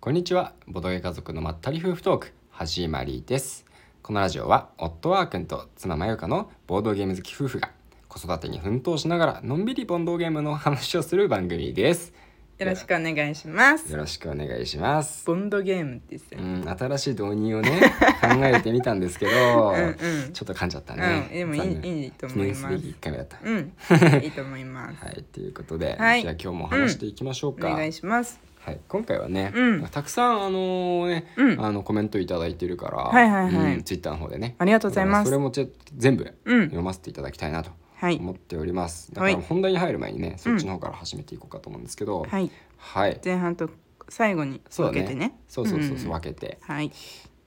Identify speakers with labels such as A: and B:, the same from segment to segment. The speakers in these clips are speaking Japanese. A: こんにちはボドゲ家族のまったり夫婦トーク始まりですこのラジオは夫ワー君と妻まゆかのボードゲーム好き夫婦が子育てに奮闘しながらのんびりボンドゲームの話をする番組です
B: よろしくお願いします
A: よ。ろしくお願いします
B: ボンドゲームです
A: う
B: よね。
A: ん、新しい導入をね 考えてみたんですけど
B: うんうん
A: ちょっと噛んじゃったね
B: う、ん、でもい
A: 残
B: い
A: 念
B: いいと
A: 記
B: 思い
A: 念す
B: ま
A: べ
B: す。
A: き1回目だった、
B: うん、いいと思 います。
A: はいということで、
B: はい
A: じゃあ今日も話していきましょう
B: お
A: か、
B: 願いします。
A: はい、今回はね、
B: うん
A: たくさんあのね、
B: うん
A: あのコメントいただいてるから、
B: はいはいはい
A: うん、ツイッターの方でね、
B: ありがとうございます
A: だからそれもちょ全部
B: うん
A: 読ませていただきたいなと
B: はい
A: 思っております。
B: はい
A: だから本題に入る前にね、そっちの方から始めていこうかと思うんですけど、
B: はい、
A: はい、
B: 前半と最後に
A: そう
B: 分
A: だ
B: けてね。
A: そうそうそうそう、
B: ん
A: 分けて、
B: はい、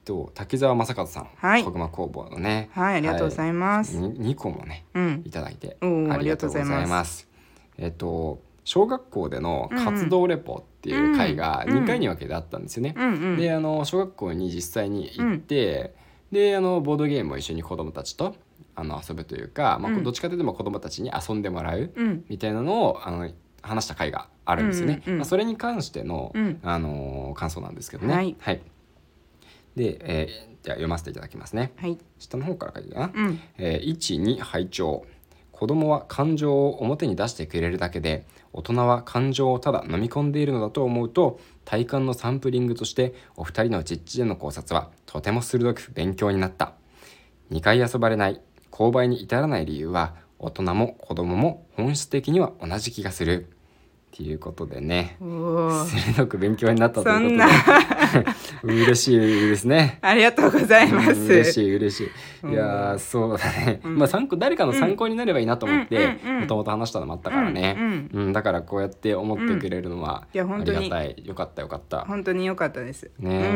A: と滝沢正和さん、
B: はい
A: 小熊工房のね、
B: はい、ありがとうございます。
A: に二個もね、
B: うん
A: い、ただいて
B: おー
A: ありがとうござい
B: ありがとうござい
A: ま。
B: ます
A: えっと小学校での活動レポっていう回が
B: うんうん
A: 2回に分けてあったんですよね。
B: うんうん。
A: であの小学校に実際に行って、であのボードゲームを一緒に子どもたちとあの遊ぶというか、まあ
B: うん
A: どっちかというとまあ子どもたちに遊んでもらう
B: うん、
A: みたいなのをあの話した回があるんですよね。
B: うんうんうん
A: まあ、それに関しての、
B: うん
A: あの感想なんですけどね。
B: はい
A: で、えーじゃあ読ませていただきますね。
B: はい、
A: 下の方からがいいかな。
B: うん、
A: えー1、2拝聴子供は感情を表に出してくれるだけで大人は感情をただ飲み込んでいるのだと思うと体感のサンプリングとしてお二人の実地での考察はとても鋭く勉強になった2回遊ばれない勾配に至らない理由は大人も子供も本質的には同じ気がするっていうことでね
B: おお、
A: 鋭く勉強になったと
B: そ
A: い
B: ん
A: う
B: な
A: ことで 嬉しいですね
B: ありがとうございます。
A: うん嬉しい嬉しいいやー
B: うん
A: そうだね、まあ参考誰かの参考になればいいなと思って
B: うんうんうん
A: もともと話したのもあったからね、
B: う
A: うんんだからこうやって思ってくれるのは
B: うんいや
A: あ
B: 本
A: り
B: 当に
A: がたい、よかったよかった
B: 本当に良かったです。
A: ね
B: うんうんう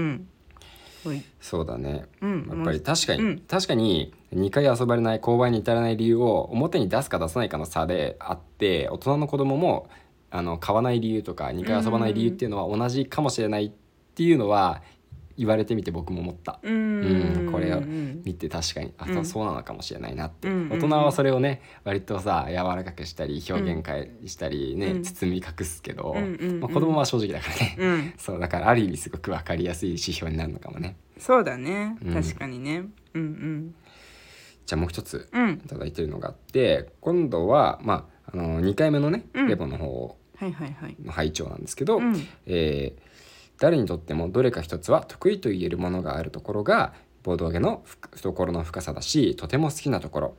B: ん。はい、
A: そうだね、
B: うん
A: やっぱり確かに、
B: うん
A: 確かに2回遊ばれない勾配に至らない理由を表に出すか出さないかの差であって大人の子供もあの買わない理由とか2回遊ばない理由っていうのは同じかもしれないっていうのは言われてみて僕も思った。
B: うー
A: うん
B: ん、
A: これを
B: うん
A: 見て確かにあ、
B: うん
A: そうなのかもしれないなって、
B: うんうんうん
A: 大人はそれをね割とさ柔らかくしたり表現変えしたりね、
B: うん
A: 包み隠すけど、
B: うんうんうん
A: まあ、子供は正直だからね、
B: うん、
A: そうだからある意味すごく分かりやすい指標になるのかもね
B: そうだね、
A: うん
B: 確かにね。うん
A: じゃあもう一つ
B: うん、うん
A: い、ただいてるのがあって今度は、まあ、あの2回目のね、
B: うん
A: レポの方
B: はいはいはい。
A: の拝聴なんですけど、
B: うん
A: えー誰にとってもどれか一つは得意と言えるものがあるところがボードゲのふ懐の深さだしとても好きなところ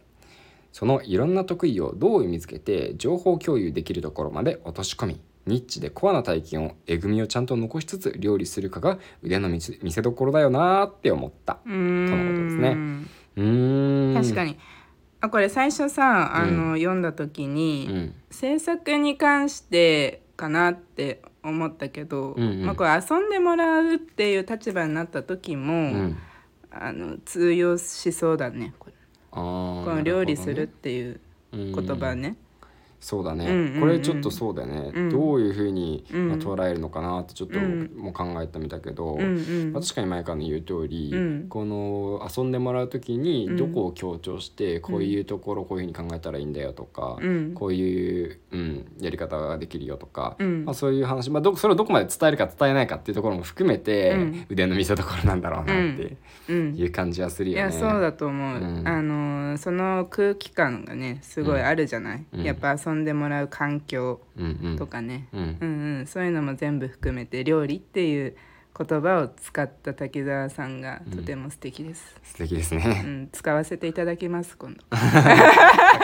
A: そのいろんな得意をどう見つけて情報共有できるところまで落とし込みニッチでコアな体験をえぐみをちゃんと残しつつ料理するかが腕の見せ見せどころだよなーって思った
B: うーん
A: とのことですねうーん
B: 確か
A: に
B: にあこれ最初さあ
A: う
B: の、読んだ時に、
A: うん
B: 制作に関してかなって思ったけど、
A: うんうん
B: まあ、これ遊んでもらうっていう立場になった時も、
A: うん
B: あの通用しそうだねこれ
A: あー
B: この料理するっていう
A: なるほ
B: 言
A: どね
B: 葉ね。
A: そうだね、
B: うんうんうん
A: これちょっとそうだよね、
B: うん
A: どういうふうに、
B: うん
A: まあ捉えるのかなってちょっと
B: うん
A: 僕も考えてみたけど、
B: うんうん
A: まあ確かに前からの言う通り、
B: うん
A: この遊んでもらう時に
B: うん
A: どこを強調して、こういうところこういうふうに考えたらいいんだよとか、
B: うん
A: こういう、うん、やり方ができるよとか、
B: うん
A: まあ、そういう話、まあ、どそれをどこまで伝えるか伝えないかっていうところも含めて、
B: うん
A: 腕の見せ所なんだろうなって
B: うん
A: いう感じはする
B: い
A: よね。
B: やそうだと思う、
A: うん
B: あのその空気感がねすごいあるじゃない、
A: うん
B: やっぱ遊んでもらう環境
A: うんうん
B: とかね、
A: うん
B: うんうん、そういうのも全部含めて料理っていう言葉を使った滝沢さんがとても素敵です、
A: 素敵です
B: うん
A: ね。
B: 使わせていただきます今 度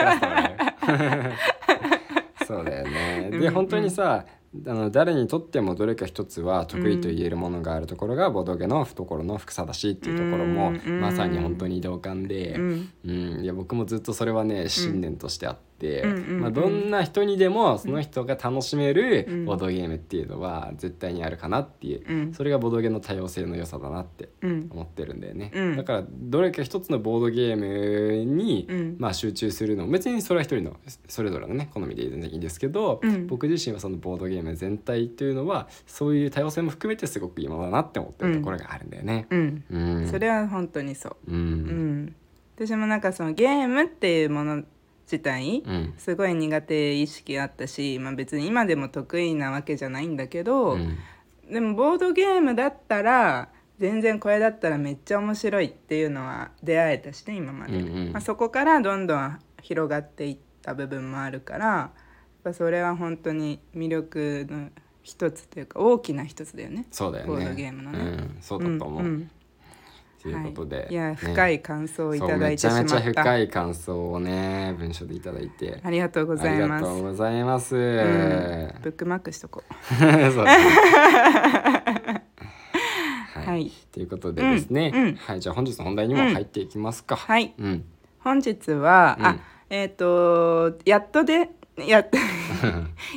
A: そうだよね。
B: うん
A: で
B: うん
A: 本当にさあの誰にとってもどれか一つは得意と言えるものがあるところがボドゲの懐の深さだしっていうところも
B: うん
A: まさに本当に同感で、
B: うん
A: うんいや僕もずっとそれはね信念としてあって、
B: うんうんうん
A: まあ、どんな人にでもその人が楽しめ
B: う
A: る
B: ん
A: ボードゲームっていうのは絶対にあるかなっていう、
B: うん
A: それがボードゲの多様性の良さだなって
B: うん
A: 思ってるんだよね、
B: うん
A: だからどれか一つのボードゲームに、
B: うん
A: まあ、集中するのも別にそれは一人のそれぞれのね好みで全然いいんですけど、
B: うん
A: 僕自身はそのボードゲーム全体というのはそういう多様性も含めてすごくいいものだなって思ってるところがあるんだよね。
B: うん
A: うん、
B: それは本当にそう、
A: う、
B: うんん、私もなんかそのゲームっていうもの自体、
A: うん
B: すごい苦手意識あったし、まあ、別に今でも得意なわけじゃないんだけど、
A: うん
B: でもボードゲームだったら全然これだったらめっちゃ面白いっていうのは出会えたしね今まで、
A: うんうん
B: まあ、そこからどんどん広がっていった部分もあるからやっぱそれは本当に魅力の一つというか大きな一つだよね。
A: そうだよね
B: ボードゲームのね
A: うん、そうだと思う、
B: んん
A: ということで、
B: はい、いや
A: ね
B: 深い感想をいただいてし
A: そう
B: ま
A: め
B: っ
A: ちゃめちゃ
B: た、
A: 深い感想をね文章でいただいて
B: ありがとうござい
A: あ
B: ま
A: り
B: す
A: がとうございます、
B: うん、ブックマークしとこう
A: そうですね
B: はい、
A: は
B: はいい
A: ということでですね、
B: うんうん
A: はいじゃあ本日の本題にも入っていきますか、 うん
B: 本日は、
A: うん
B: あえっ、とやっとでやっ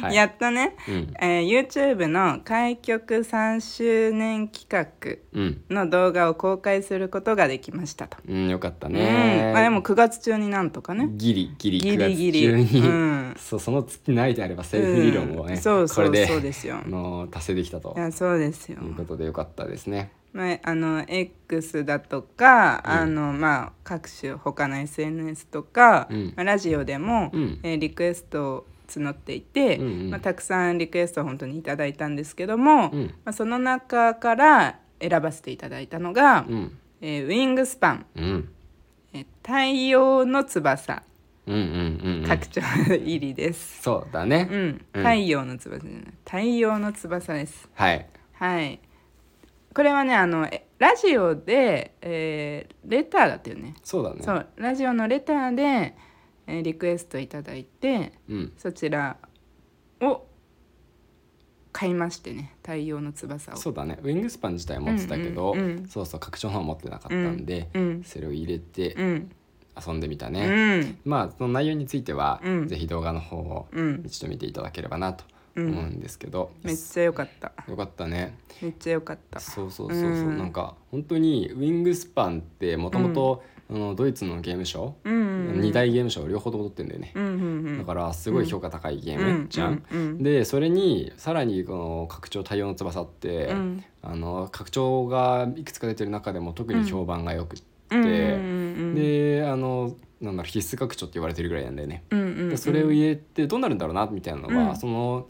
A: はい
B: やっとね、
A: うん
B: えー YouTube の開局3周年企
A: うん、
B: 画の動画を公開することができましたと。
A: うん、よかった
B: う
A: ね、
B: んまあ、でも9月中になんとかね
A: ギリギリ
B: ギ
A: 9
B: リ
A: 月
B: ギリ
A: 中に、
B: うん
A: そうその月ないであれ ばセーフ理論をね、
B: うんそう
A: こ
B: そ
A: れ
B: う
A: で
B: そうですよ
A: あの達成できたと
B: いやそうですよ
A: い、うことでよかったですね
B: まあ、あの X だとか、
A: うん
B: あのまあ、各種他の SNS とか、
A: うん
B: まあラジオでも、
A: うん
B: えーリクエストを募っていて、
A: うんうん
B: まあ、たくさんリクエストを本当にいただいたんですけども、
A: うん
B: まあ、その中から選ばせていただいたのが、
A: うん
B: えーウィングスパン、
A: うん
B: えー太陽の翼
A: うんうんうんうん
B: 拡張入りです、
A: そうだね、
B: うん
A: うん
B: 太陽の翼じゃない太陽の翼です
A: はい
B: はいこれはねあのえラジオで、えーレターだったよね
A: そうだね
B: そうラジオのレターで、えーリクエストいただいて
A: うん
B: そちらを買いましてね太陽の翼を
A: そうだねウィングスパン自体持ってたけど、
B: うんうんうん
A: そうそう拡張の方持ってなかったんで、
B: うん
A: それを入れて
B: うん
A: 遊んでみた
B: う
A: ね、
B: ん
A: まあその内容については、
B: うん
A: ぜひ動画の方を
B: うん
A: 一度見ていただければなと
B: う
A: 思うんんですけど、
B: めっちゃ良かった
A: よかったね
B: めっちゃ良かった
A: そうそうそうそう、
B: うん
A: なんか本当にウィングスパンってもともとあのドイツのゲームショ
B: うんうんう
A: ー、
B: ん
A: 二大ゲームショー両方とも取ってんだよね、
B: うんうんうん
A: だからすごい評価高いゲームじゃん、
B: うんうんうん
A: でそれにさらにこの拡張対応の翼って、
B: うん
A: あの拡張がいくつか出てる中でも特に評判がよくて、
B: うんうんうん
A: であのなんだろう必須拡張って言われてるぐらいなんだよね、
B: うんうんうん
A: でそれを入れてどうなるんだろうなみたいなのは、
B: うん
A: その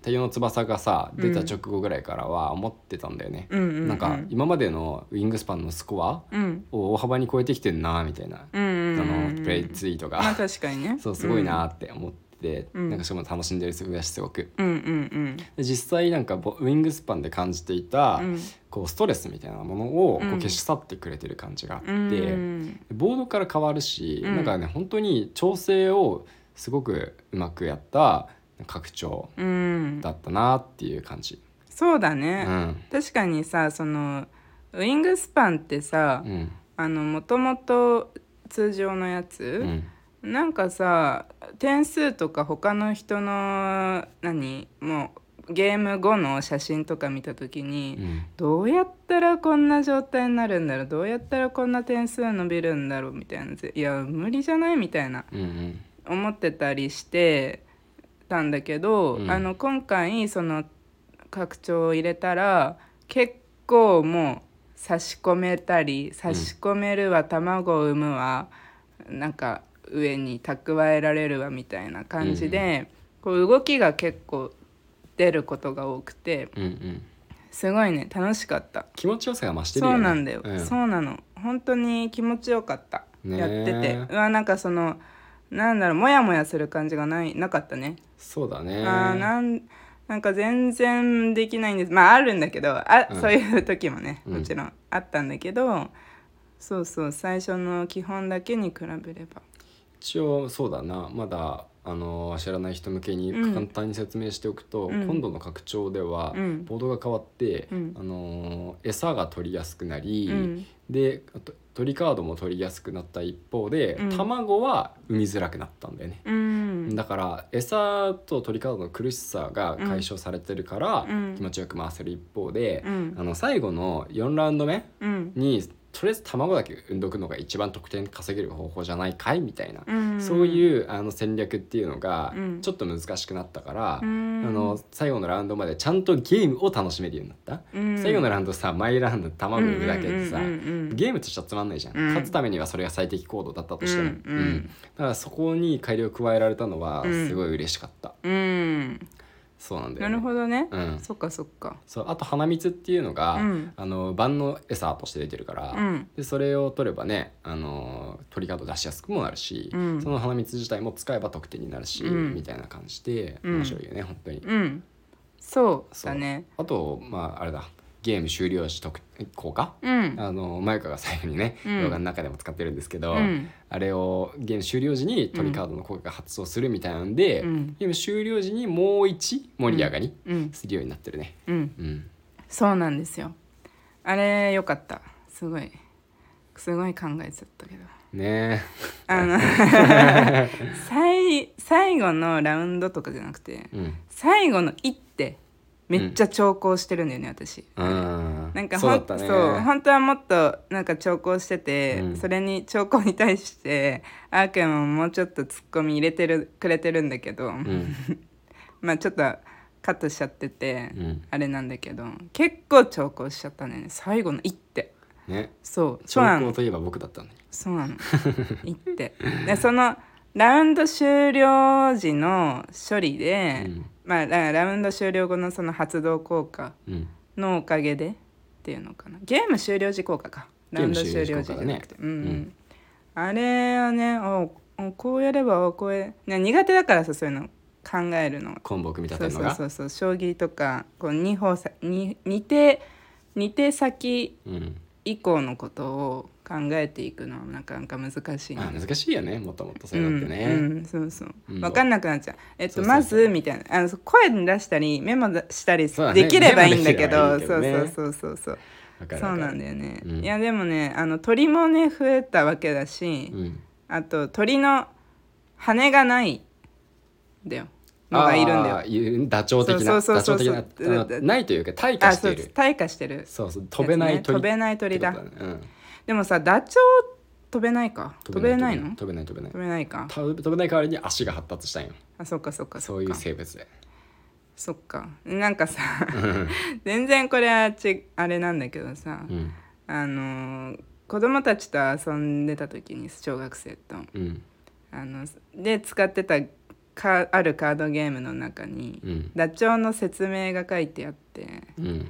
A: 太陽の翼がさ出た
B: うん
A: 直後ぐらいからは思ってたんだよね、
B: うんうんうん
A: なんか今までのウィングスパンのスコア
B: うん
A: を大幅に超えてきてんなみたいな、
B: うんうん
A: あ
B: うん
A: のプレイツイートが、
B: まあ確かにね
A: そうすごいなって思って、
B: うん
A: なんかしかも楽しんでる姿がすごく
B: うんうん
A: で実際なんかボウィングスパンで感じていた、
B: うん
A: こうストレスみたいなものをこ
B: う
A: うん消し去ってくれてる感じがあって、
B: うんうん
A: ボードから変わるし、
B: うん
A: なんかね本当に調整をすごくうまくやった拡張
B: うん
A: だったなっていう感じ。
B: そうだ
A: う
B: ね、
A: ん
B: 確かにさそのウィングスパンってさ、
A: うん
B: あのもともと通常のや
A: う
B: つ、
A: ん
B: なんかさ点数とか他の人の何もうゲーム後の写真とか見た時に、
A: うん
B: どうやったらこんな状態になるんだろうどうやったらこんな点数伸びるんだろうみたいなぜいや無理じゃないみたいな
A: うんうん
B: 思ってたりしてたんだけど、
A: うん
B: あの今回その拡張を入れたら結構もう差し込めたり差し込めるわ、卵を産むわなんか上に蓄えられるわみたいな感じで、こう動きが結構出ることが多くて
A: うんうん
B: すごいね楽しかった。
A: 気持ちよさが増してるよ
B: そ
A: ね。
B: うなんだよ、
A: うん
B: そうなの本当に気持ちよかった、
A: ねえ
B: やっててうわなんかそのなんだろうモヤモヤする感じがないなかったね、
A: そうだね。
B: あーなんなんか全然できないんですまああるんだけどあ、
A: うん
B: そういう時もね
A: うん
B: もちろんあったんだけど、そうそう最初の基本だけに比べれば
A: 一応そうだなまだあの知らない人向けに
B: うん
A: 簡単に説明しておくと、
B: うん
A: 今度の拡張では
B: うん
A: ボードが変わって、
B: うん
A: あの餌が取りやすくなり、
B: うん
A: であと鳥カードも取りやすくなった一方で、
B: うん
A: 卵は産みづらくなったんだよね。
B: うん
A: だから餌と鳥カードの苦しさが解消されてるから
B: うん
A: 気持ちよく回せる一方で、
B: うん
A: あの最後の4ラウンド目
B: うん
A: にとりあえず卵だけ産んどくのが一番得点稼げる方法じゃないかいみたいな
B: うん
A: そういうあの戦略っていうのが
B: うん
A: ちょっと難しくなったから、
B: うん
A: あの最後のラウンドまでちゃんとゲームを楽しめるようになった、
B: うん
A: 最後のラウンドさ毎ラウンド卵産むだけでさ、
B: うんうんうんうん
A: ゲームとしてはつまんないじゃん、
B: うん
A: 勝つためにはそれが最適行動だったとしても、
B: うんうん
A: だからそこに改良を加えられたのは
B: うん
A: すごい嬉しかった、
B: うん
A: そうなんだ
B: な
A: よ、ね、
B: るほどね、
A: うん
B: そっかそっか
A: そうあと花蜜っていうのが、
B: うん
A: あの万能餌として出てるから、
B: うん
A: でそれを取ればねあの取り方出しやすくもなるし、
B: うん
A: その花蜜自体も使えば得点になるし、
B: うん
A: みたいな感じで
B: うん
A: 面白いよね、本当に。
B: うんそう
A: そう
B: だね
A: あとまああれだゲーム終了時得効果、
B: うん
A: あのマユカが最後にね、
B: うん
A: 動画の中でも使ってるんですけど、
B: うん
A: あれをゲーム終了時にトリカードの効果が発動するみたいなんで、
B: うん
A: ゲーム終了時にもう一盛り上がり
B: うん
A: するようになってるね。
B: うん
A: うん、
B: そうなんですよあれよかったすごいすごい考えちゃったけど
A: ね
B: あの最最後のラウンドとかじゃなくて
A: え、うん
B: 最後の一手めっちゃ長考してるんだよね、私
A: うん
B: なんか
A: そう
B: ほ
A: だ
B: ん
A: ったね
B: そう本当はもっとなんか長考してて、
A: うん
B: それに長考に対してあーくんももうちょっとツッコミ入れてるくれてるんだけど、
A: うん
B: まあちょっとカットしちゃってて、
A: うん
B: あれなんだけど結構長考しちゃったんだよね最後の一手
A: ね
B: そう
A: 兆
B: そうな
A: 候
B: の
A: といえば僕だったのに
B: そうなの 一手でそのラウンド終了時の処理で、
A: うん
B: まあララウンド終了後のその発動効果
A: うん
B: のおかげでっていうのかなゲーム終了時効果か
A: ゲ
B: ラ
A: ー
B: ウン
A: ム
B: ド終
A: 終
B: 了
A: 了時
B: 時
A: 効
B: じゃ
A: 果
B: なくて、
A: だね
B: うんうん
A: うん
B: あれはねおおこうやればおこうやね苦手だからさそういうの考えるの
A: コンボを組み立
B: そ
A: て
B: う
A: るの
B: そう
A: が
B: そうそう将棋とかこう二歩さ二二手二手先
A: うん
B: 以降のことを考えていくのはなかなか難しい
A: まあ
B: ね
A: 難しいよねもっともっとそういうのって
B: う
A: ね
B: んうん、そうそう、
A: うん
B: 分かんなくなっちゃうえっと
A: そうそうそう
B: まずみたいなあのそう声に出したりメモだしたり
A: そうだね
B: できればいいんだけ
A: メ
B: ど
A: モでき
B: そ
A: れ
B: う
A: ばいいけどね
B: そうそうそうそう
A: わかる
B: そう
A: わか
B: なん
A: る
B: だよね、
A: うん
B: いやでもねあの鳥もね増えたわけだし、
A: うん
B: あと鳥の羽がないんだよの
A: あ
B: が
A: あ
B: いるんだよ
A: ーいうダチョウ的な
B: そう
A: ダチ
B: そうそ
A: ョウ
B: うそう
A: 的なあ
B: だ
A: のないというか退化
B: あ
A: し
B: そ
A: て
B: う
A: い
B: です
A: る
B: 退化してる
A: そうそう飛べない鳥
B: 飛べない鳥だ
A: ってことねうん
B: でもさダチョウ飛べないか飛べないの
A: 飛べない飛べない
B: 飛べないか
A: 飛べ飛べない代わりに足が発達したんよ
B: あそっかそっか
A: そう
B: っ
A: い
B: か
A: う生物で
B: そっかなんかさ 全然これはちあれなんだけどさ、
A: うん
B: あのー子供たちと遊んでた時に小学生と
A: うん
B: あので使ってたかあるカードゲームの中に、
A: うん
B: ダチョウの説明が書いてあって
A: うん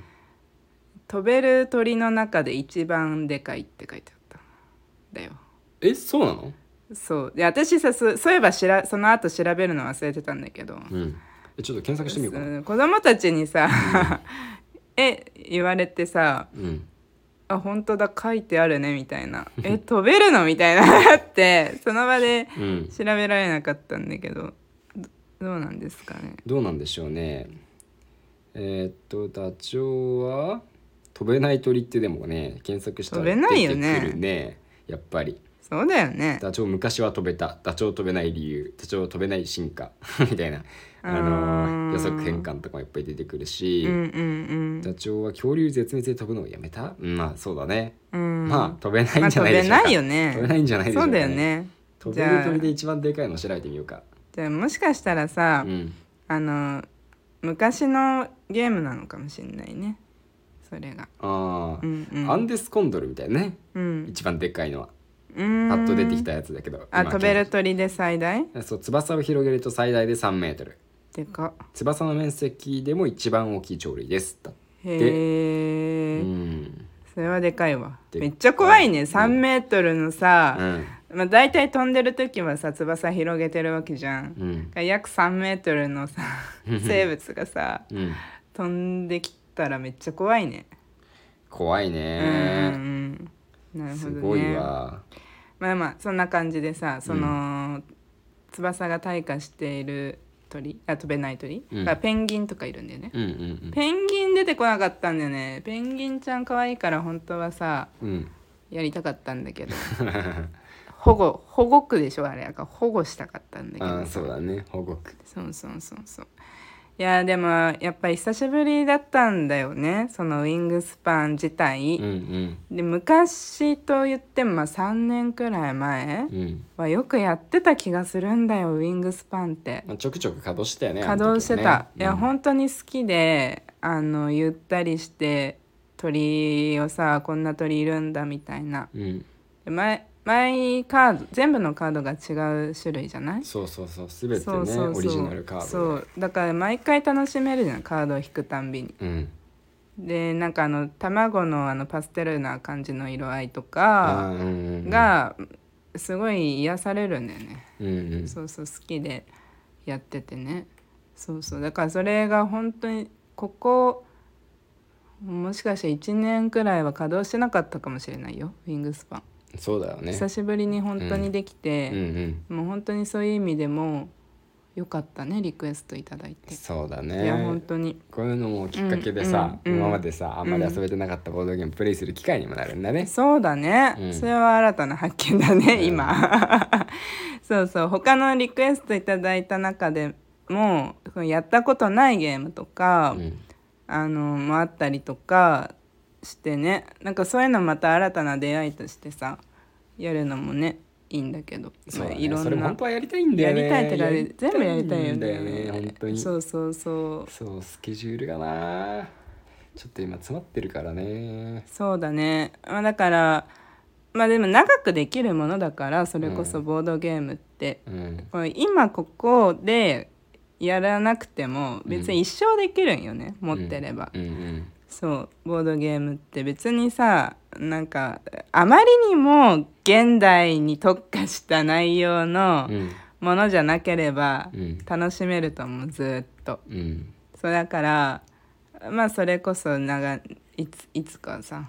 B: 「飛べる鳥の中で一番でかい」って書いてあったんだよ。
A: えそうなの
B: そうで私さそそういえばしらその後調べるの忘れてたんだけど、
A: うんえちょっと検索してみようかな
B: うん子供たちにさ、 え言われてさ
A: うん
B: 「あ本当だ書いてあるね」みたいな「え飛べるの?」みたいな あってその場で
A: うん
B: 調べられなかったんだけどどどうなんですかね
A: どうなんでしょうねえーっとダチョウは飛べない鳥ってでもね検索したら
B: 飛べ
A: 出
B: ない
A: て
B: よ
A: くる
B: ね
A: ねやっぱり
B: そうだよね
A: ダチョウ昔は飛べたダチョウ飛べない理由ダチョウ飛べない進化 みたいなあ
B: あ
A: の
B: ー
A: ー予測変換とかもいっぱい出てくる
B: う
A: し、
B: んうん
A: ダチョウは恐竜絶滅で飛ぶのをやめた、うんまあそうだね、
B: うんうん
A: まあ飛べな
B: ま
A: いん
B: あ
A: じゃ
B: 飛
A: ないで
B: べ
A: しょうか、
B: ないよね
A: 飛べないんじゃないでしょうか
B: そうだよね
A: 飛
B: じ
A: べる
B: ゃあ
A: 鳥で一番でかいのを調べてみようか
B: じゃあもしかしたらさ、
A: うん
B: あの昔のゲームなのかもしんないねそれが
A: あ
B: う
A: ー、
B: んうん
A: アンデスコンドルみたいなね
B: うん
A: 一番でっかいのは
B: うーん
A: パッと出てきたやつだけど
B: あ
A: 今
B: 飛べる鳥で最大
A: そう翼を広げると最大で3メートル
B: でか
A: 翼の面積でも一番大きい鳥類ですだ
B: へえ、
A: うん、
B: それはでかいわ
A: でか
B: め
A: い
B: っちゃ怖いね3メートルの
A: う
B: さ、
A: ん
B: まあ、大体飛んでる時はさ翼広げてるわけじゃん、
A: うん
B: 約3メートルのさ生物がさ
A: うん、
B: 飛んできたらめっちゃ怖いね、
A: 怖い
B: うん
A: ね
B: うんうんなるほ
A: す
B: どね
A: ごいわ
B: まあまあそんな感じでさその、翼が退化している鳥あ飛べない鳥、
A: うん
B: がペンギンとかいるんだよね、
A: うんうん
B: ペンギン出てこなかったんだよねペンギンちゃん可愛いから本当はさ
A: うんうん
B: やりたかったんだけど 保護保護区でしょあれやから保護したかったんだけ
A: あ
B: ど
A: ーそうだね報告
B: そうそうそうそういやでもやっぱり久しぶりだったんだよねそのウィングスパン自体
A: うん、うん
B: で昔と言ってもまあ3年くらい
A: う
B: 前
A: ん
B: はよくやってた気がするんだよウィングスパンって
A: まあ、ちょくちょく稼働してたよね
B: 稼働してた、いや、
A: ん
B: 本当に好きであのゆったりして鳥をさこんな鳥いるんだみたいな
A: うん
B: 前毎カード全部のカードが違う種類じゃない
A: そうそうそう全て
B: そ
A: ね
B: うそう
A: オリジナルカード
B: そ
A: で
B: うだから毎回楽しめるじゃんカードを引くたんびに
A: うん
B: でなんかあの卵のあのパステルな感じの色合いと
A: あ
B: か
A: ーうんうんうん
B: がすごい癒されるんだよね、
A: うんうん
B: そうそう好きでやっててねそうそうだからそれが本当にここもしかして1年くらいは稼働してなかったかもしれないよウィングスパン
A: そうだよね
B: 久しぶりに本当にできて、
A: うんうん
B: もう本当にそういう意味でもよかったねリクエストいただいて、
A: そうだ
B: いや本
A: ね
B: 当に
A: こういうのもきっかけでさ、
B: うんうんうん
A: 今までさあんまり遊べてなかったボードゲームプレイする機会にもなるんだね、
B: そうだね、
A: うん
B: それは新たな発見だね、
A: うん
B: 今 そうそう他のリクエストいただいた中でもそのやったことないゲームとか、
A: うん
B: あのもあったりとかしてねなんかそういうのまた新たな出会いとしてさやるのもねいいんだけど、
A: そう
B: まあ
A: だね
B: いろん
A: それ本
B: な
A: 当はやりたいんだ
B: や
A: よね
B: りたいってか全部やりたいよ
A: んだ
B: ね
A: よね本当に
B: そうそうそう
A: そうスケジュールがなちょっと今詰まってるからね
B: そうだね、まあ、だからまあでも長くできるものだからそれこそボードゲームって、
A: うん
B: これ今ここでやらなくても別に一生できるんよね、持ってれば、
A: うんうん
B: そうボードゲームって別にさなんかあまりにも現代に特化した内容の
A: うん
B: ものじゃなければ
A: うん
B: 楽しめると思うずーっと。
A: うん
B: そうだからまあそれこそ長いついつかさ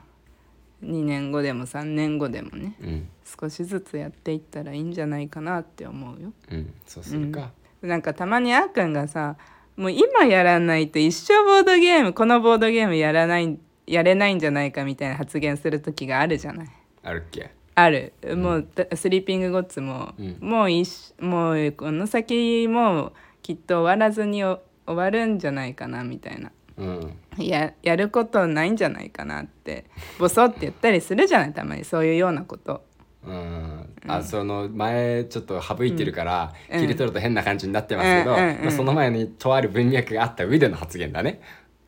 B: 2年後でも3年後でもね
A: うん
B: 少しずつやっていったらいいんじゃないかなって思うよ。
A: うんそうするか、
B: なんかたまにあっくんがさもう今やらないと一生ボードゲームこのボードゲームやらないやれないんじゃないかみたいな発言する時があるじゃない。
A: あるっけ
B: あるもう、だスリーピングゴッツも、
A: うん
B: もう一緒もうこの先もうきっと終わらずにお終わるんじゃないかなみたいな
A: うん
B: ややることないんじゃないかなってボソって言ったりするじゃないたまにそういうようなこと
A: うん、あその前ちょっと省いてるから、
B: うん
A: 切り取ると変な感じになってますけど、
B: うんうんうん
A: まあ、その前にとある文脈があった上での発言だね。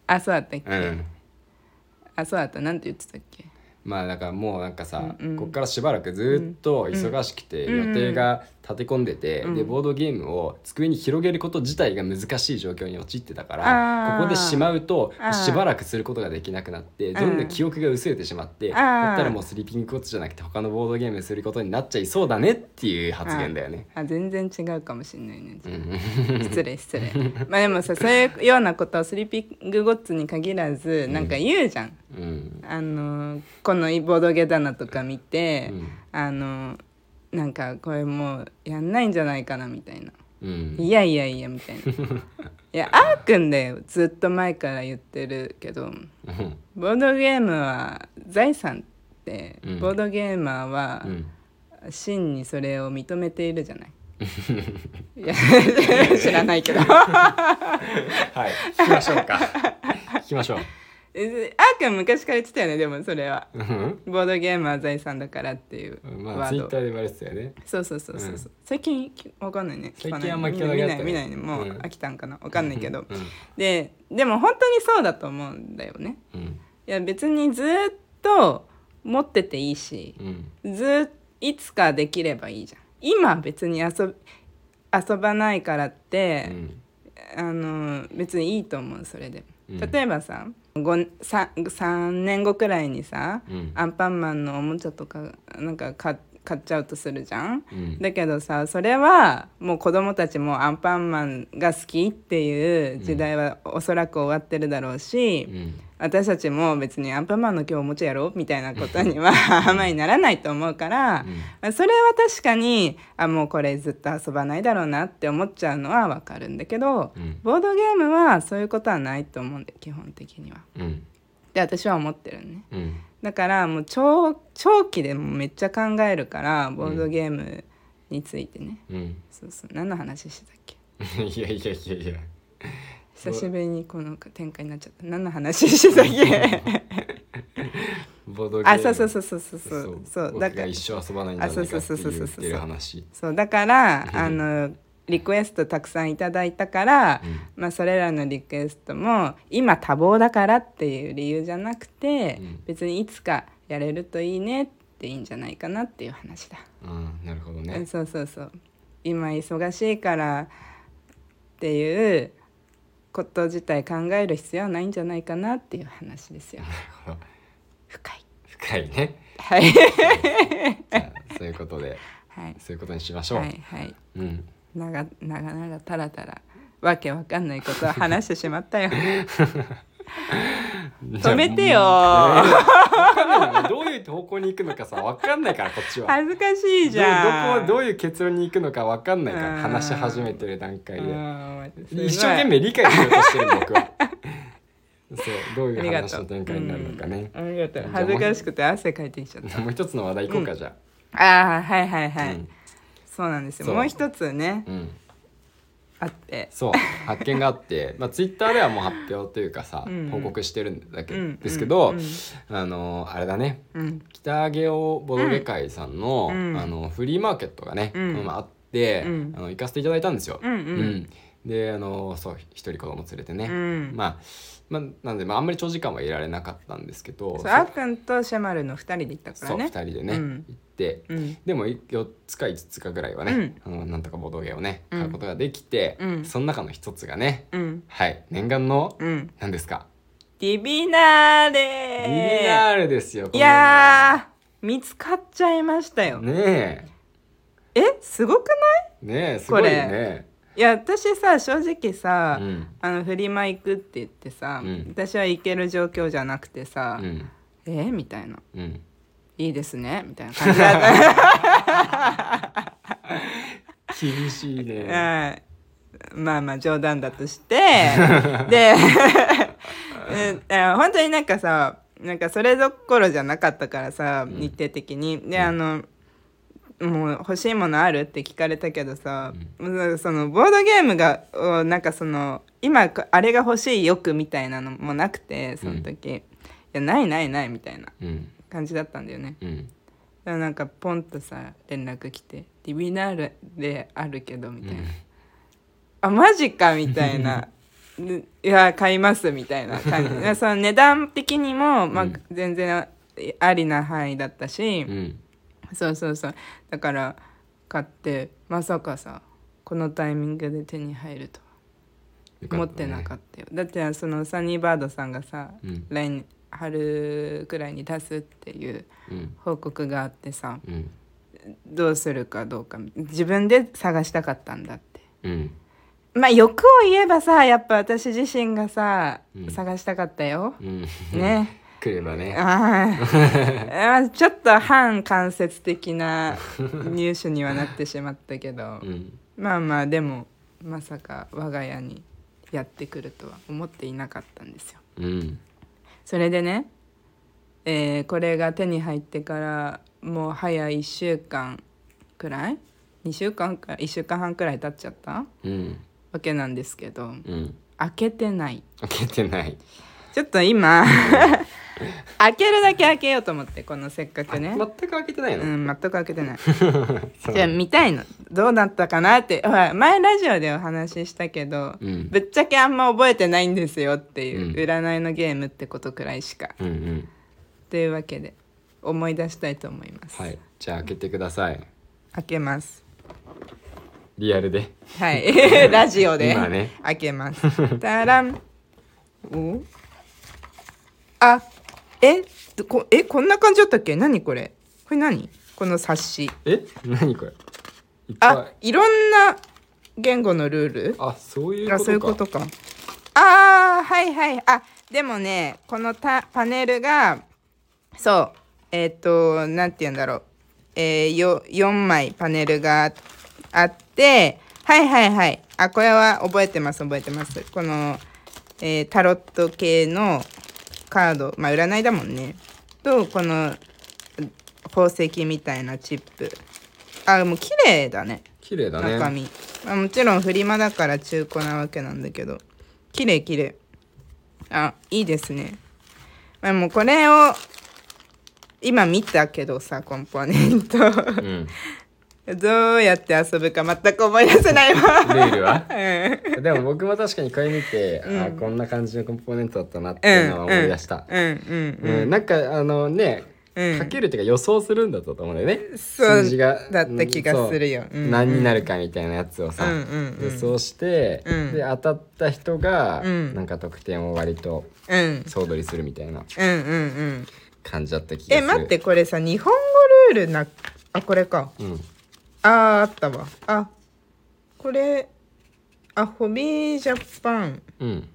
B: あそうだったっけ、
A: うん、
B: あそうだったなんて言ってたっけ
A: まあだからもうなんかさ、
B: うんうん
A: こっからしばらくずっと忙しくて、
B: うん
A: 予定が立て込んでて、
B: うん
A: でボードゲームを机に広げること自体が難しい状況に陥ってたから、
B: あー
A: ここでしまうと
B: あー
A: しばらくすることができなくなって
B: ん
A: どんどん記憶が薄れてしまって、
B: あー
A: だったらもうスリーピングコッツじゃなくて他のボードゲームすることになっちゃいそうだねっていう発言だよね。
B: あ全然違うかもしんないね
A: うんうん
B: 失礼失礼まあでもさそういうようなことをスリーピングゴッツに限らずなんか言うじゃん、
A: うん
B: あのこのボードゲ棚とか見て、
A: うん
B: あのなんかこれもうやんないんじゃないかなみたいな
A: うん
B: いやいやいやみたい ないやあーくんだよずっと前から言ってるけど
A: うん
B: ボードゲームは財産って、
A: うん
B: ボードゲーマーは
A: うん
B: 真にそれを認めているじ ゃないいや知らないけど
A: はい聞きましょうか聞きましょう
B: えあーくん昔から言ってたよねでもそれは
A: うん
B: ボードゲームは財産だからっていう
A: まあ
B: ワ
A: ツイ
B: ー
A: ッ
B: ド
A: ターで言われてたよね
B: そうそうそうそう、う
A: うん
B: 最近きわかんないね
A: 最近
B: かない
A: あんま聞かなくなったね
B: 見ない見ないねもう
A: うん
B: 飽きたんかなわかんないけど、
A: うん
B: ででも本当にそうだと思うんだよね
A: うん
B: いや別にずっと持ってていいし
A: うん
B: ずいつかできればいいじゃん今別に遊び遊ばないからっ
A: う
B: て、
A: ん
B: あの別にいいと思うそれで、
A: うん
B: 例えばさ 3, 3年後くらいにさ、
A: うん
B: アンパンマンのおもちゃとかなんか買買っちゃうとするじゃん、
A: うん
B: だけどさそれはもう子供たちもアンパンマンが好きっていう時代はおそらく終わってるだろうし、
A: うん
B: 私たちも別にアンパンマンの今日おもちゃやろうみたいなことにはあまりならないと思うから、まあそれは確かにあもうこれずっと遊ばないだろうなって思っちゃうのはわかるんだけど、
A: うん
B: ボードゲームはそういうことはないと思うんで基本的には。
A: うん
B: で私は思ってるね。
A: うん
B: だからもう長長期でもめっちゃ考えるからボードゲームについてね、
A: うん
B: そうそう何の話してたっけ
A: いやいやいやいや
B: 久しぶりにこの展開になっちゃった何の話してたっけ
A: ボードゲーム
B: あそうそうそうそうそうそ
A: そう
B: うそう
A: 僕
B: だか
A: が
B: ら
A: 一生遊ばないんじゃないかって言ってる話
B: そうだからあのリクエストたくさんいただいたから、まあ、それらのリクエストも今多忙だからっていう理由じゃなくて、
A: うん
B: 別にいつかやれるといいねっっていいんじゃないかなっていう話だ、
A: ああなるほどね
B: そうそうそう今忙しいからっていうこと自体考える必要はないんじゃないかなっていう話ですよ
A: なるほど
B: 深い
A: 深いね
B: はい
A: じゃあそういうことで
B: はい
A: そういうことにしましょう、
B: はいはい
A: うん
B: 長長々たらたらわけわかんないことを話してしまった よ止めてよ
A: わかんないのねどういう方向に行くのかさ分かんないからこっちは
B: 恥ずかしいじゃん
A: どどこどういう結論に行くのか分かんないから
B: うん
A: 話し始めてる段階で
B: うん
A: 一生懸命理解しようとしてる僕 はそうどう
B: あ
A: いう
B: りが
A: 話
B: と
A: の
B: う
A: 展開になるのかね
B: うんありがとう恥ずかしくて汗かいてきちゃっ
A: もう一つの話題行こうかじゃ
B: たああはいはい
A: あ
B: はい、
A: うん
B: そうなんですよ
A: そう
B: もう一つね
A: うん
B: あって
A: そう発見があってまあツイッターではもう発表というかさ
B: うん
A: 報告してるんだけ
B: うん
A: ですけど
B: うん
A: あのあれだね
B: うん
A: 北上尾ボドゲ会さんの,、
B: うん
A: あのフリーマーケットがね、
B: うん
A: この前あって、
B: うん
A: あの行かせていただいたんですよ。
B: うんうん
A: うんであのそう一人子供連れて
B: う
A: ね、
B: ん
A: まあ、まあなんで、まあ、あんまり長時間はいられなかったんですけど
B: そうあっくんとシェマルの二人で行ったから
A: そう
B: ね
A: 2人でね、
B: うん
A: 行って
B: うん
A: でも4つか5つかぐらいはね、あのなんとかボドゲをね
B: うん
A: 買うことができて、
B: うん
A: その中の一つがね
B: うん
A: はい念願の
B: うん
A: 何ですか、
B: ディビナー
A: デ
B: レ
A: ィビナールですよ
B: いやー見つかっちゃいました
A: こ
B: よ、
A: のね
B: えすごくない
A: えねえすごいよね。
B: いや私さ正直
A: う
B: さ、
A: ん
B: あのフリマ行くって言ってさ、
A: うん
B: 私は行ける状況じゃなくてさ、
A: うん
B: えみたいな
A: うん
B: いいですねみたいな感じだった
A: 厳しいね。
B: うんまあまあ冗談だとして で、うんあ本当になんかさなんかそれどころじゃなかったからさ、
A: ん
B: 日程的にで、あのもう欲しいものあるって聞かれたけどさ、もうそのボードゲームがをなんかその今あれが欲しい欲みたいなのもなくてその時、いやないないないみたいな
A: うん
B: 感じだったんだよね。
A: うん
B: だからなんかポンとさ連絡来て「ディビナールであるけど」みたいな
A: う
B: 「
A: ん
B: あマジか」みたい な「でいや買います」みたいな感じいやその値段的にも、まあ
A: うん
B: 全然ありな範囲だったし、
A: うん
B: そうそうそうだから買ってまさかさこのタイミングで手に入るとは
A: よ
B: 思ってなかったよだってそのサニーバードさんがさ、
A: うん
B: 来年春くらいに出すっていう
A: たね。
B: 報告があってさ、
A: うんうん
B: どうするかどうか自分で探したかったんだって
A: うん
B: まあ欲を言えばさやっぱ私自身がさ、
A: うん
B: 探したかったよ、
A: うん
B: ね
A: 来ればね。
B: あ ーまあちょっと反間接的な入手にはなってしまったけど
A: うん
B: まあまあでもまさか我が家にやってくるとは思っていなかったんですよ
A: うん
B: それでね、えーこれが手に入ってからもう早1週間くらい2週間か1週間半くらい経っちゃった
A: うん
B: わけなんですけ
A: う
B: ど
A: ん
B: 開けてない
A: 開けてない。
B: ちょっと今開けるだけ開けようと思ってこのせっかくね
A: 全く開けてないうの。
B: ん全く開けてない
A: そう
B: じゃあ見たいのどうだったかなってほら前ラジオでお話ししたけど、
A: うん
B: ぶっちゃけあんま覚えてないんですよってい
A: う
B: う、
A: ん
B: 占いのゲームってことくらいしか
A: うんうん
B: というわけで思い出したいと思います、
A: はいじゃあ開けてください。
B: 開けます
A: リアルで。
B: は いラジオで
A: 今ね
B: 開けます たらんおあえどこえこんな感じだったっけ何これこれ何この冊子
A: え何これ。いっぱ
B: あ
A: い。
B: いろんな言語のルール
A: あそういうこ
B: あ
A: とか。
B: そういうことかあーはいはいあでもねこのたパネルがそうえっ、となんて言うんだろう、えー、よ4枚パネルがあってはいはいはいあこれは覚えてます覚えてますこの、えータロット系のカードまあ占いだもんねとこの宝石みたいなチップあもう綺麗だね
A: 綺麗だね。
B: 中身、まあ、もちろんフリマだから中古なわけなんだけど綺麗綺麗あいいですねまあもうこれを今見たけどさコンポーネント
A: うん。
B: どうやって遊ぶか全く思い出せないわ
A: ルールは。
B: う ん
A: でも僕も確かに買い見て、あこんな感じのコンポーネントだったなっていうのは思い出した。
B: うんうん
A: うんなんかあのね
B: うん
A: かけるっていうか予想するんだったと思うんだよね、
B: そう
A: 数字が
B: だった気がするよ
A: そう
B: うん
A: 何になるかみたいなやつをさ、
B: うんうんう
A: 予
B: ん
A: 想して、
B: うん
A: で当たった人が、
B: うん
A: なんか得点を割と
B: うん
A: 総取りするみたいな
B: うんうんうん
A: 感じだった気がする
B: え待ってこれさ日本語ルールなあこれか
A: うん
B: あーあったわあこれあホビージャパン
A: うん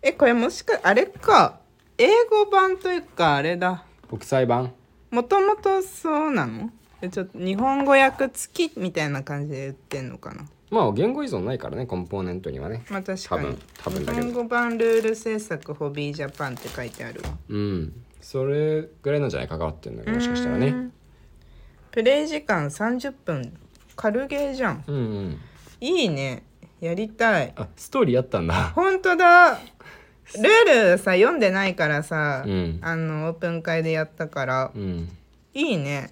B: えこれもしかあれか英語版というかあれだ
A: 国際版
B: もともとそうなのえちょっと日本語訳付きみたいな感じで言ってんのかな
A: まあ言語依存ないからねコンポーネントにはね
B: まあ確か
A: 多
B: に
A: 分多分
B: 日
A: だけど
B: 本語版ルール制作ホビージャパンって書いてあるわ
A: うんそれぐらいなんじゃない関わってんのもしかしたら
B: う
A: ね
B: んプレイ時間30分軽ゲーじゃん
A: うんうん
B: いいねやりたい
A: あストーリーあったんだ
B: 本当だルールさ読んでないからさ、
A: うん
B: あのオープン会でやったから、
A: うん
B: いいね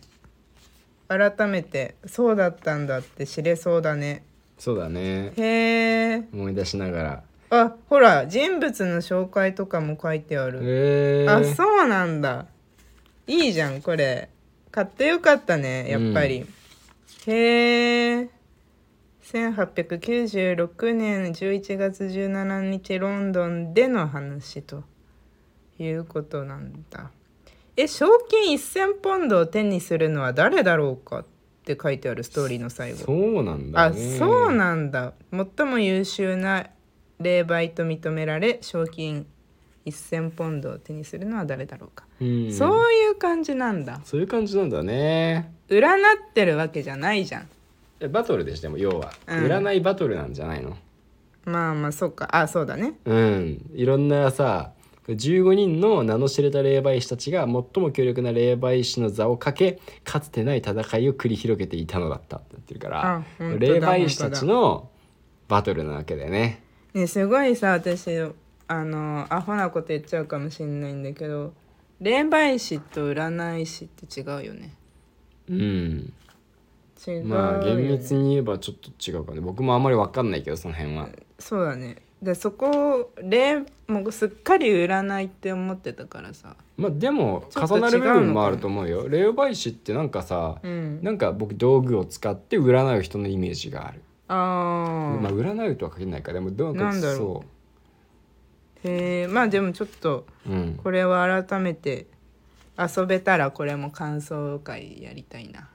B: 改めてそうだったんだって知れそうだね
A: そうだね
B: へえ
A: 思い出しながら
B: あほら人物の紹介とかも書いてある、
A: へえ
B: あそうなんだいいじゃんこれ買ってよかったねやっぱり、へえ1896年11月17日ロンドンでの話ということなんだえ賞金1,000ポンドを手にするのは誰だろうかって書いてあるストーリーの最後
A: そうなんだ
B: あ
A: ね
B: そうなんだ最も優秀な霊媒と認められ賞金1,000ポンドを手にするのは誰だろうか、
A: うん
B: そういう感じなんだ
A: そういう感じなんだね
B: 占ってるわけじゃないじゃん
A: えバトルでしても要は、
B: うん
A: 占いバトルなんじゃないの
B: まあまあそうかあそうだね
A: うんいろんなさ15人の名の知れた霊媒師たちが最も強力な霊媒師の座をかけかつてない戦いを繰り広げていたのだったって言ってるから
B: あ本当だ
A: 霊媒師たちのバトルなわけだよね。
B: ねすごいさ私あのアホなこと言っちゃうかもしんないんだけど霊媒師と占い師って違うよね
A: うん、
B: 違うよね
A: まあ厳密に言えばちょっと違うかね僕もあんまり分かんないけどその辺は。
B: そうだねでそこを霊もうすっかり占いって思ってたからさ
A: まあでも
B: ちょっと
A: 重なる部分もあると思うよ。霊媒師ってなんかさ、
B: うん
A: なんか僕道具を使って占う人のイメージがある。
B: あ
A: まあ
B: あ
A: 占うとは限らないからでもどうか
B: なんだろう
A: そ
B: へえまあでもちょっと
A: う。うん
B: これは改めて遊べたらこれも感想会やりたいな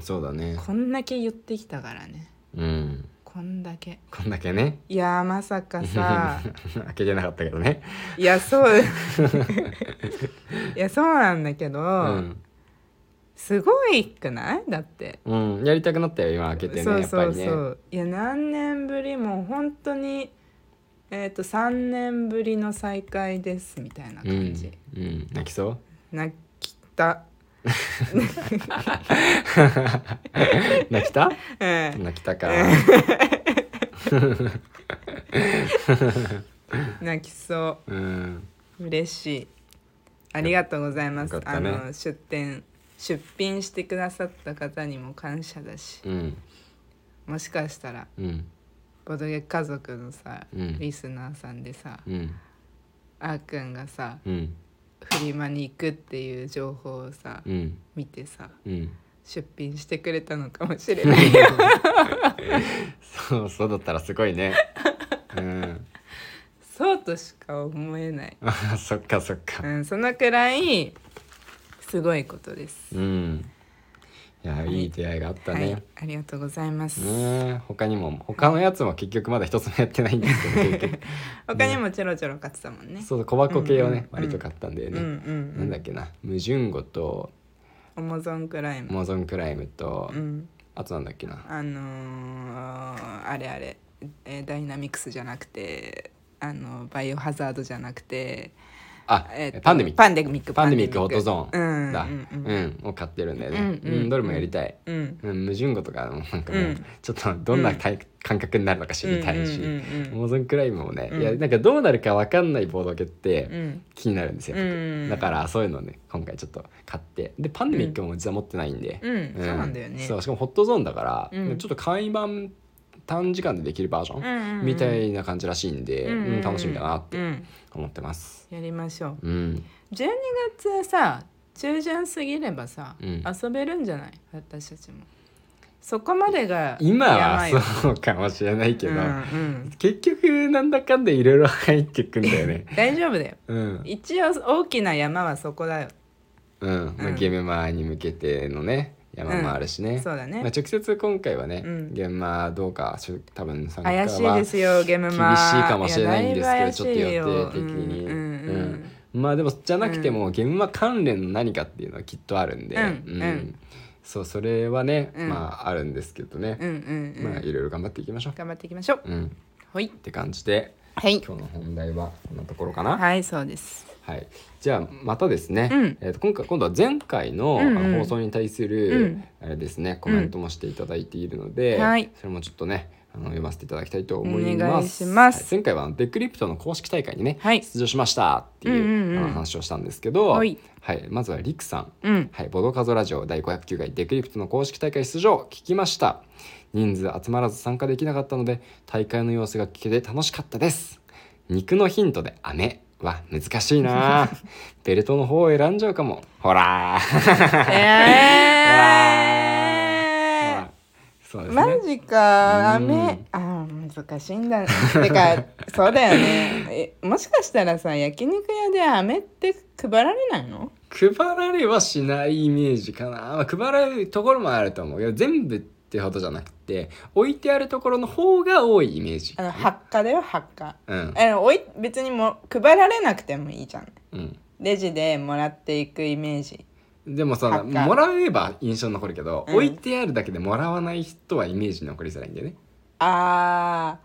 A: そうだね。
B: こんだけ言ってきたからね
A: うん。
B: こんだけ
A: こんだけね。
B: いやーまさかさ
A: 開けてなかったけどね。
B: いやそういやそうなんだけど、
A: うん。
B: すごいくないだって
A: うん。やりたくなったよ今開けて
B: そ
A: ね
B: う
A: やっぱ
B: そ
A: り
B: う
A: ね。
B: そう、いや何年ぶりもう本当にえっ、と3年ぶりの再会ですみたいな
A: う
B: 感じ
A: ん、。うん。泣きそう。
B: 泣きた、
A: 泣 きた？
B: うん
A: 泣きたか。
B: 泣きそ
A: うん。
B: う嬉しいありがとうございます、
A: よかっ
B: あ
A: たね
B: の出店出品してくださった方にも感謝だし
A: うん。
B: もしかしたら
A: うん。
B: ボドゲ家族のさ、
A: うん
B: リスナーさんでさ
A: うん。
B: あーくんがさ
A: うん。
B: フリマに行くっていう情報をさ
A: うん。
B: 見てさ
A: うん。
B: 出品してくれたのかもし れないよ
A: そうそうだったらすごい ね。うん。
B: そうとしか思えない、
A: あそっかそっか
B: う。ん、そのくらいすごいことです、
A: うん。いやいい出会いがあったね。
B: はいありがとうございます、
A: ねえ他にも他のやつも結局まだ一つもやってないんです けど結局
B: 他にもちょろちょろ買ってたもんね
A: そう小箱系をね、
B: うんうんうん
A: 割と買ったんだよ
B: うんう
A: ね、
B: んう
A: なん
B: ん
A: だっけな「矛盾語」と
B: オモゾンクラ
A: 「
B: イム
A: モゾンクライムと」
B: うん
A: あとなんだっけな
B: あのーあれあれ、えーダイナミクスじゃなくてあのバイオハザードじゃなくて、
A: あ、
B: えーと
A: パンデミック
B: パンデミック
A: パンデミックフォトゾー
B: う
A: ン
B: ん
A: だ、
B: う
A: うんんを買ってるんだよね、
B: う
A: うんん
B: うん
A: どれもやりたい、
B: うんうん
A: うん、矛盾語とかもなんかもう、
B: うん
A: ちょっとどんなかい感覚になるのか知りたいし、
B: うんうんうんうん
A: モゾンクライムもね、
B: うん
A: いやなんかどうなるか分かんないボードゲって、
B: うん
A: 気になるんですよ、僕
B: うん
A: だからそういうのをね今回ちょっと買ってでパンデミックも実は持ってないんで、
B: うんうんそうなんだよね
A: そうしかもホットゾーンだから、
B: うん
A: ちょっと簡易版短時間でできるバージョン、
B: うんうん
A: みたいな感じらしいんで、
B: うんうんうん
A: うん楽しみだなっ
B: う
A: て
B: ん
A: 思ってます
B: やりましょう
A: うん
B: 12月はさ中旬過ぎればさ、
A: うん
B: 遊べるんじゃない私たちもそこまでが
A: 今
B: やばいよ
A: はそうかもしれないけど、
B: うんうん
A: 結局なんだかんだいろいろ入ってくんだよね
B: 大丈夫だよ
A: うん
B: 一応大きな山はそこだよ
A: うん、まあ、
B: うん
A: ゲームマーに向けてのね山もあるしね、
B: そうだね
A: まあ、直接今回はね、
B: うん
A: 現場どうかしゅ多分参加は
B: 怪しいですよゲームマー
A: 厳しいかもしれないんですけど
B: やだいぶ怪しいよ
A: ちょっと予定的に
B: うんうんう
A: うんんまあでもじゃなくても、現場関連の何かっていうのはきっとあるんで、
B: うんうん
A: そうそれはね、
B: うん
A: まああるんですけどね
B: う、んうんうん
A: まあいろいろ頑張っていきましょう、
B: 頑張っていきましょう
A: うん、
B: ほい
A: って感じで
B: はい
A: 今日の本題はこんなところかな、
B: はいそうです
A: はい、じゃあまたですね、
B: うん
A: えー、と今回今度は前回の
B: うんうん
A: あ放送に対する、
B: うん
A: あれですねコメントもしていただいているので、
B: はい
A: それもちょっとねあの読ませていただきたいと思います
B: お願いします
A: はい前回はあのデクリプトの公式大会にね、
B: はい
A: 出場しましたっていう,、
B: うんうんうん
A: あの話をしたんですけど、
B: はい
A: まずはリクさん、
B: うん
A: はい、ボドカゾラジオ第509回デクリプトの公式大会出場聞きました人数集まらず参加できなかったので大会の様子が聞けて楽しかったです肉のヒントで飴は難しい なベルトの方を選んじゃうかもほら
B: えー
A: そうですね
B: マジか
A: うん
B: 雨あー難しいんだて かそうだよねえもしかしたらさ焼肉屋で飴って配られないの
A: 配られはしないイメージかな、まあ、配られるところもあると思うけど全部ってほどじゃなくて置いてあるところの方が多いイメージ
B: あの発火だよ発火
A: うん
B: あのおい別にもう配られなくてもいいじゃん
A: うん
B: レジでもらっていくイメージ
A: でもさ
B: 発火
A: もらえば印象に残るけど、
B: うん
A: 置いてあるだけでもらわない人はイメージに残りづらいんだよね
B: あ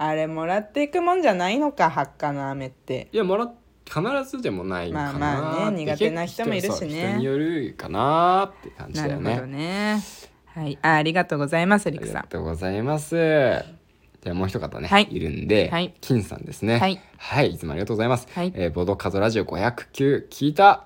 B: ーあれもらっていくもんじゃないのか発火の飴って
A: いやもらっ必ずでもないかなって、
B: まあまあね苦手な人もいるしね
A: 結構そう人によるかなって感じだ
B: な
A: よ
B: るほ
A: ね
B: どねはいあありがとうございますり
A: あ
B: く
A: り
B: さ
A: が
B: ん
A: とうございますではもう一方ね、
B: はい
A: い、るんで、
B: はい
A: 金さんですね
B: はい、
A: はい、いつもありがとうございます、
B: はい
A: えーボドカゾラジオ509聞いた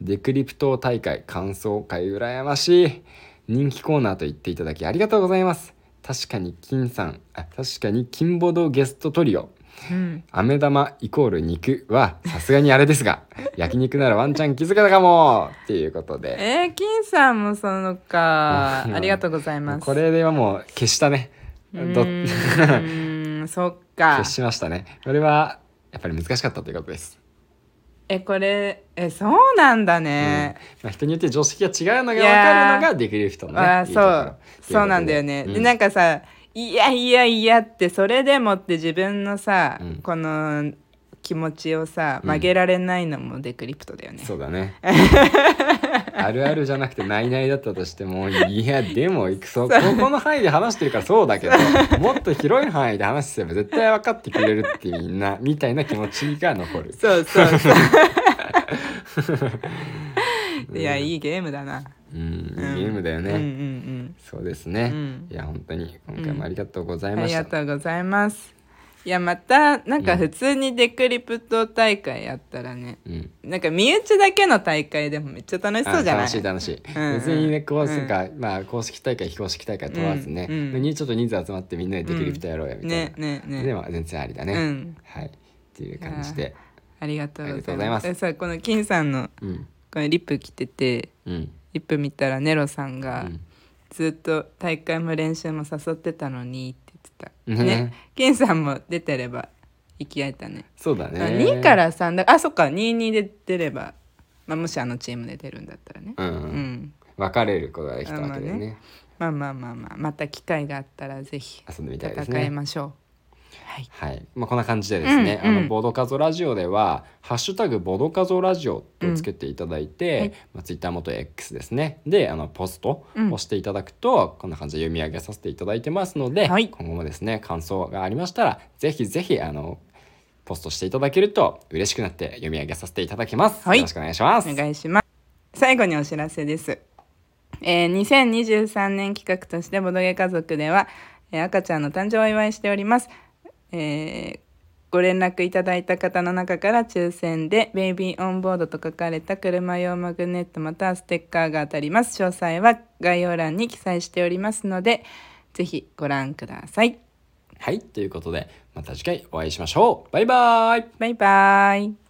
A: デクリプト大会感想会羨ましい人気コーナーと言っていただきありがとうございます確かに金さんあ確かに金ボドゲストトリオ
B: うん
A: 飴玉イコール肉はさすがにあれです が焼肉ならワンチャン気づけたかもっていうことで
B: えー、金さんもそのか
A: うん
B: ありがとうございます
A: これではもう消したね
B: う
A: ど
B: ーんそっか
A: 消しましたねこれはやっぱり難しかったということです、
B: えこれえそうなんだね、
A: まあ、人によって常識が違うのが分
B: いやー
A: かるのがデクリフトのね
B: ああ
A: いいところ
B: そうそうなんだよね、
A: ということ
B: で
A: で
B: なんかさ「いやいやいや」ってそれでもって自分のさ、
A: うん
B: この気持ちをさ
A: うん
B: 曲げられないのもデクリプトだよね
A: うん、そうだね あるあるじゃなくてないないだったとしてもいやでもいくそここの範囲で話してるからそうだけどもっと広い範囲で話すれば絶対分かってくれるってみんなみたいな気持ちが残る
B: そうそうそう いやいいゲームだな、
A: うんいいゲ
B: うん
A: ームだよね、
B: うんうん
A: そうですね、
B: うん
A: いや本当に今回もありがとうござい
B: うん
A: ま
B: あ
A: し
B: り
A: た、
B: がとうございますいやまたなんか普通にデクリプト大会やったらね、
A: うん
B: なんか身内だけの大会でもめっちゃ楽しそうじゃ
A: あ
B: ない
A: 楽しい楽しい、
B: うんうん
A: 別にねこうなんか、まあ公式大会非公式大会問わずね、
B: うんうん
A: でにちょっと人数集まってみんなでデクリプトやろうよみたいな
B: ね、ねね
A: でも全然ありだね、
B: うん
A: はいっていう感じで
B: ありがとうご
A: ありが
B: ざいま
A: とうございます
B: す。さこの金さんの
A: うん
B: このリップ着てて
A: うん
B: リップ見たらネロさん
A: う
B: が
A: ん
B: ずっと大会も練習も誘ってたのにって言ってた。
A: ね
B: ね、金さんも出てれば行き合えたね。
A: そうだね
B: 2から3だあそっか22で出れば、まあ、もしあのチームで出るんだったらね。
A: うん、
B: うん、
A: 分かれることができたわけでね,、
B: まあまあまあまあまた機会があったらぜひ
A: 遊んでみたいです
B: 戦い
A: ね
B: ましょう。はい。
A: はい、まあ、こんな感じでですね、
B: うんうん
A: あのボドカゾラジオでは「ハッシュタグボドカゾラジオ」とつけていただいて、
B: うんはい
A: まあ、ツイッター元 X ですねであのポストをしていただくと、こんな感じで読み上げさせていただいてますので、
B: はい
A: 今後もですね感想がありましたらぜひぜひあのポストしていただけると嬉しくなって読み上げさせていただきます、
B: はい
A: よろしくお願いします
B: お願いします最後にお知らせです、えー2023年企画としてボドゲ家族では、えー赤ちゃんの誕生をお祝いしております、えーご連絡いただいた方の中から抽選で「ベイビーオンボード」と書かれた車用マグネットまたはステッカーが当たります詳細は概要欄に記載しておりますのでぜひご覧ください
A: はいということでまた次回お会いしましょうバイバイ
B: バイバイ